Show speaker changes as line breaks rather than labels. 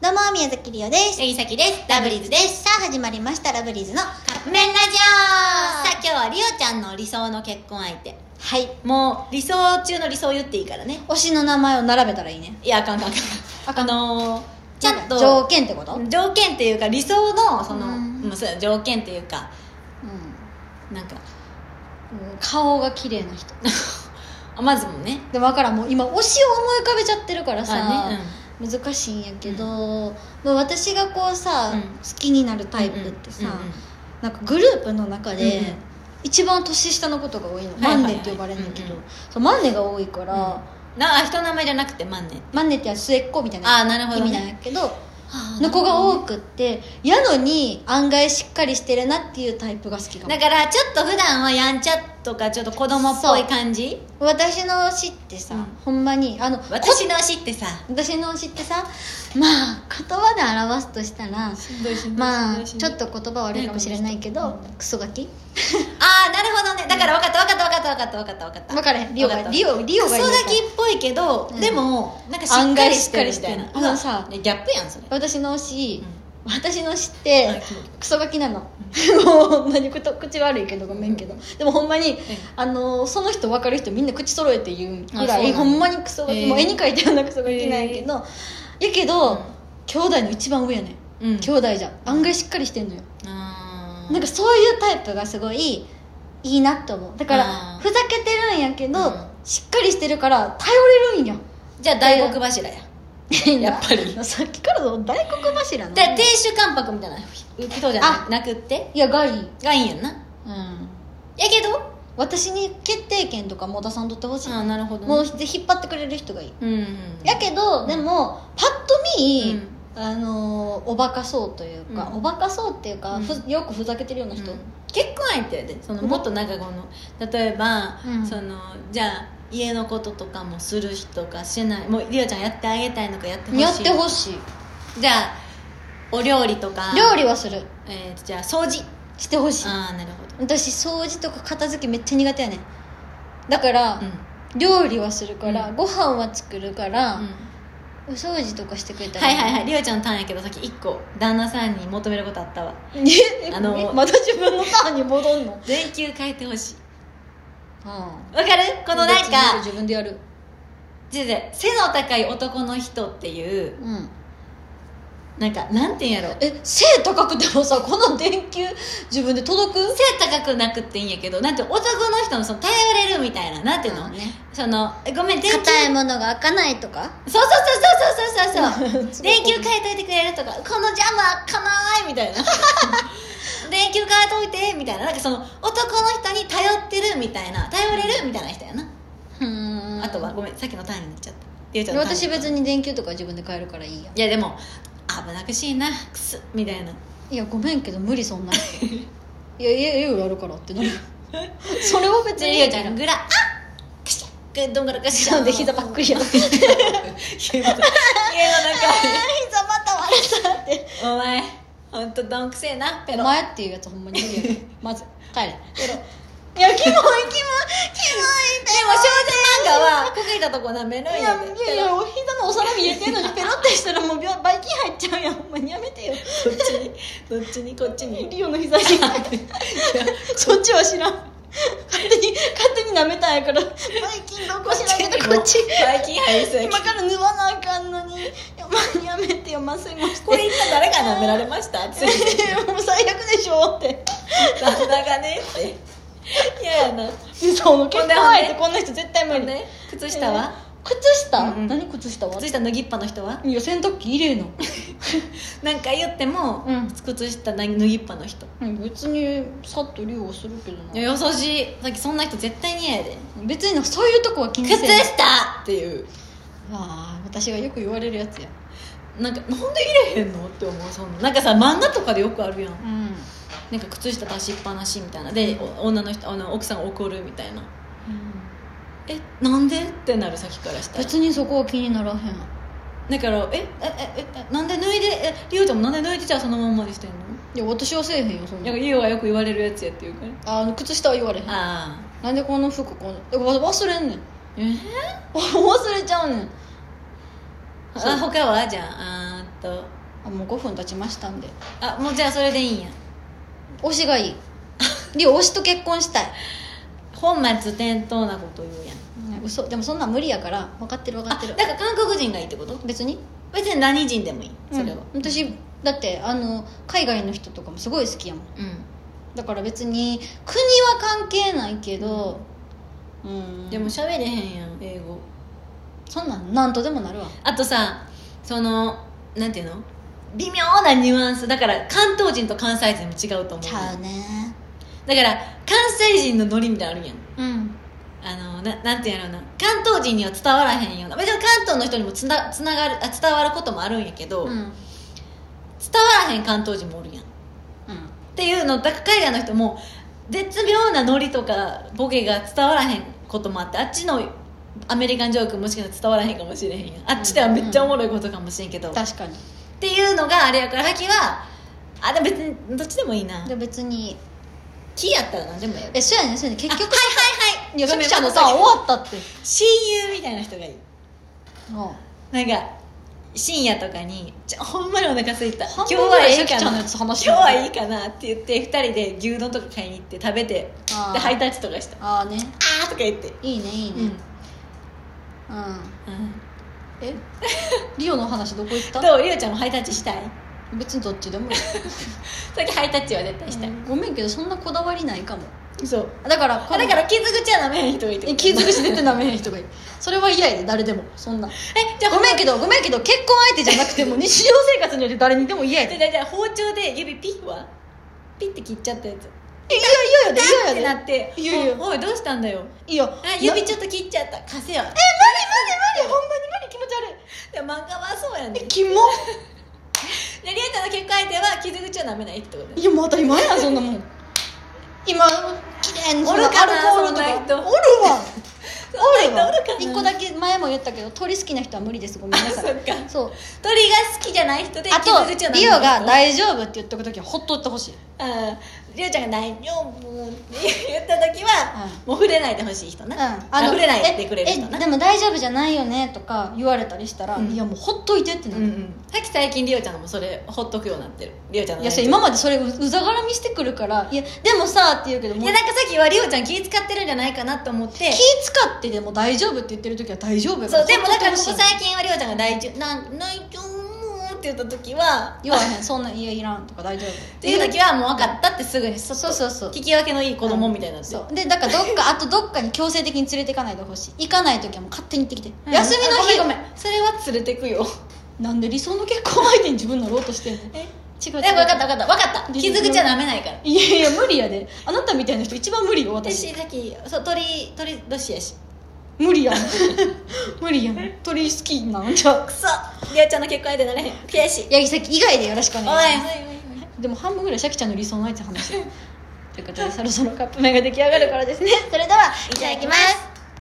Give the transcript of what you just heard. どうも宮崎りおです
柳崎です
ラブリーズですさあ始まりましたラブリーズのは
カップ麺ラジオさあ今日はりおちゃんの理想の結婚相手
い
もう理想中の理想言っていいからね
推しの名前を並べたらいいね
いやあかんあかんあかんあのー、ちゃんと
条件ってことうん
条件っていうか理想のその、
うん
まあそうや条件っていうかなんか
顔が綺麗な人
あまずもね
で分からんもう今推しを思い浮かべちゃってるからさ、
あね
難しいんやけど、まあ私がこうさ、
うん
好きになるタイプってさ、なんかグループの中で、
うんうん
一番年下のことが多いの、
はいはいはい
マンネって呼ばれるんだけど、
うんうん
そうマンネが多いから、
うんなあ人の名前じゃなくてマンネ
マンネっては末っ子みたいな
ああなるほ
意
ど、
味なん
ね、
やけど、の子が多くってやのに案外しっかりしてるなっていうタイプが好きかも
だからちょっと普段はやんちゃとかちょっと子供っぽい感じ
私の推しってさ、
うん
ほんまにあのこ
私の推しってさ
私の推しってさまあ言葉で表すとしたらまあちょっと言葉悪いかもしれないけ
う
ど
ん
クソガキ
ああなるほどねだから分かった分かった分かった分かった分かった
分からへんリオ
分
が
かった
リオリオが
ク
い
ソ
いの
ガキっぽいけど、
うん
でもなんかし
案
っか
外
り
し
し
っか
て
り
る
し
み
て
た
る
いな
あのさ
うわギャップやんそれ、
私の推し、
う
私の推しっ
ん
て
あキモい
クソガキなの もう何こと口悪いけどごめんけど、でもほんまにあのその人分かる人みんな口揃えて言うぐ
あ
ら
そうないの
ほんまにクソガキ、
へえ
もう絵に描いたようなクソガキなんやけど、やけど、
うん
兄弟の一番上やねん
うん
兄弟じゃん案外しっかりしてんのよ、
あー
なんかそういうタイプがすごいいいなって思うだから、
うん
ふざけてるんやけど、
うん
しっかりしてるから頼れるんや
じゃあ大黒柱ややっぱり
さっきからの大黒柱の
で亭主関白みたいな人じゃなくって
いやガリ
がいいんやんな
うん
やけど
私に決定権とかも出さんとってほしい、
ああなるほど、ね、
もうぜひ引っ張ってくれる人がいい、
うん、
やけどでもパッと見、
うん
あのーおバカそうというか、
うん
おバカそうっていうか、
うん
ふよくふざけてるような人、
うん結婚相手やでそのもっと長後の例えば、
うん
そのじゃあ家のこととかもする人かしないもうりおちゃんやってあげたいのかやってほしい
やってほしい
じゃあお料理とか
料理はする
えー、じゃあ掃除
してほしい
ああなるほど
私掃除とか片付けめっちゃ苦手やねんだから、
うん、
料理はするから、
うん
ご飯は作るから、
うん
お掃除とかしてくれたら
はいはいはい
い
りおちゃんのターンやけどさっき1個旦那さんに求めることあったわ
え
あのー
えまた自分のターンに戻んの、うん、
全球変えてほしいわかるこのなんか
自分でやる
違う違う背の高い男の人っていう
うん
なんかなんて言うんやろ
え背高くてもさこの電球自分で届く
背高くなくていいんやけどなんて男の人のその頼れるみたいななんていうの、
ね
そのえごめん電球
硬いものが開かないとか
そうそうそうそうそうそう そう電球
か
変えといてくれるとかこのジャム開かないみたいな電球変えといてみたいななんかその男の人に頼ってるみたいな頼れるみたいな人やな、
うん
あとはごめんさっきのターンになっちゃったりゅうちゃんのターン
私別に電球とか自分で変えるからいいや
いやでも危なくしいなくすみたいない
やごめんけど無理そんな いやいやいややるからってな るそれは別に
りゅうちゃんのグラあくしゃくどんぐらかしゃ
なんで膝ばっく りやって膝
家の中
また割れたって
お前ほんとどんくせえなペ
お
ロ
前っていうやつほんまに無理やまず帰れ
いやキモいキモいキモいでも少女漫画はこけたとこなめるん
い
や
や
で
いやいやお膝のお皿見えてんのにペロってしたらもうびょばい菌入っちゃうやんほんまにやめてよ
どっちにどっちにこっちに
リオの膝にそっちは知らん勝手に勝手に舐めたんやからばい菌どこ知らんけどこっち
最近入りそうや
今から縫わなあかんのにいやほんまにやめてよまあすいません
これ今誰か舐められましたついに
もう最悪でしょって
旦那がねって嫌やな
理想の結
結
婚
婚
相
相
手
手
こんな人絶対無理、
ね靴下は
靴下、
うんうん
何靴下は
靴下脱ぎっぱの人はい
や洗濯機入れの
なんか言っても
うん
靴下脱ぎっぱの人
別にさっと利用するけど
いや優しいさっきそんな人絶対に嫌やで
別になんかそういうとこは気に
靴
せえ
下っていう
ああ私がよく言われるやつや
なんかなんで入れへんのって思うそんななんかさ漫画とかでよくあるやん
うん
なんか靴下出しっぱなしみたいなでお女の人あの奥さんが怒るみたいなえなんでってなる先からしたら
別にそこは気にならへん
だからえええええなんで脱いでえリオちゃんもなんで脱いでじゃあそのまんまにしてんの
いや私はせえへんよそんな
なんかリオがよく言われるやつやっていうから
あの靴下は言われへん
あ
なんでこの服このえわ忘れんね ん
あえ
忘れちゃうねん
あ他はじゃああーと
あもう5分経ちましたんで
あもうじゃあそれでいいんや
推し がいいリオ推しと結婚したい、
本末転倒なこと言うやん
ね、嘘でもそんなん無理やから分かってる分か
あ
ってる
だから韓国人がいいってこと
別に
別に何人でもいいそれは
うん私だってあの海外の人とかもすごい好きやもん
うん、
だから別に国は関係ないけどうん
でも喋れへんやん英語
そんなんなんとでもなるわ
あとさそのなんていうの微妙なニュアンスだから関東人と関西人も違うと思う
ちゃうね
だから関西人のノリみたいなのあるやん
うん
あのななんていうんやろうな関東人には伝わらへんような別に関東の人にもつなつながるあ伝わることもあるんやけど、
うんう
伝わ
ん
らへん関東人もおるやんっていうのだから海外の人も絶妙なノリとかボケが伝わらへんこともあってあっちのアメリカンジョークもしかしたら伝わらへんかもしれへんやんあっちではめっちゃおもろいことかもしれんけど、っ
確かに
ていうのがあれやからきはあでも別にどっちでもいいな
で別に
キーやったら何でもやる
えそうやねそうやね結
あ
局
はいはいはい
いやさきちゃんのさ
ごめ
終
んごめん
わったって
親友みたいな人がいい
も
なんか深夜とかにちょほんまにお腹空いた今
半
日
分
はええ
ぐらいシャキちゃ
か
んの
な
やつ
今
話し
日
てる
はいいかなって言って2人で牛丼とか買いに行って食べて
あー
でハイタッチとかしたあ
ああね
ーとか言って
いいねいいね
うん
うん、 えリオの話どこ行った
どうりおちゃんもハイタッチしたい
別にどっちでもいい
さっきハイタッチは絶対したい、
ごめんけどそんなこだわりないかも
そう
だから
あだから傷口は舐めへん人がいいってこ
え
と
気づくし出てなめへん人がいるそれは嫌やで誰でもそんな
えじゃあ
ごめんけどごめんけど結婚相手じゃなくて も日常生活によって誰にでも嫌や
じ
で
ゃあじゃあ包丁で指ピッはピッて切っちゃったやつ
いや嫌やで
あっ
嫌
て
や
な
で
って
いやいや
おおいどうしたんだよ
いいよ
あ指
ち
ちょっと切っちゃった貸せ
え無理無理無理
よ
ほんまに無理気持ち悪い
でも漫画はそうやねん
えキモ
でりおちゃんの結婚相手は傷口は舐めないってことね
いやもう当たり前 やんそんなもん今綺麗に
おるかな
アルコールと
そんな
お
人
るわ
そ
お
ん
る
な
わ
人おるか な
一個だけ前も言ったけど鳥好きな人は無理ですごめんな
あそっ
さい
か
そう
鳥が好きじゃない人で
あ
傷口を舐
と
め
リオが
ない
大丈夫って言っとく時はほっといてほしい
あーりおちゃんが大丈夫って言った時は、もう触れないでほしい人な、あ触れないでくれる人
え
な
えでも大丈夫じゃないよねとか言われたりしたら、
うん
いやもうほっといてってな
う
る、
んうんさっき最近りおちゃんもそれほっとくようになってるりおちゃんの
いやそれ今までそれううざがらみしてくるから「いやでもさ」って言うけど
い
もう
やなんかさっきはりおちゃん気使ってるんじゃないかなと思って
気使ってでも大丈夫って言ってる時は大丈夫や
そうでも
ほ
だ
っと
か
い
ら
てほ
ここ
しい
最近はりおちゃんが大丈夫なん大丈夫って言った時は
言わへんそんなん「いやいらん」とか「大丈夫」っ
っていう時はもう分かったってすぐにそ
そうそうそう
聞き分けのいい子供みたいになってる
そうでだからどっかあとどっかに強制的に連れていかないでほしい行かない時はもう勝手に行ってきて、
うん
休みの
あ
日
ごめんごめんそれは連れてくよ
なんで理想の結婚相手に自分なろうとしてんの違う
え
違う
分かった分かった分かった
リズム
傷口は舐めないから
いやいや無理やであなたみたいな人一番無理よ私
私さっきそう鳥鳥年やし
無理やん無理やん鳥好きなんじゃ
くそりおちゃんの結婚相手なれへん悔しい
八木崎以外でよろしくお
おいおい
願いします
おいおい
でも半分ぐらいシャキちゃんの理想の相手話してるということでそろそろカップ麺が出来上がるからですねそれではいいた
ただ
だ
き
き
ま
ますす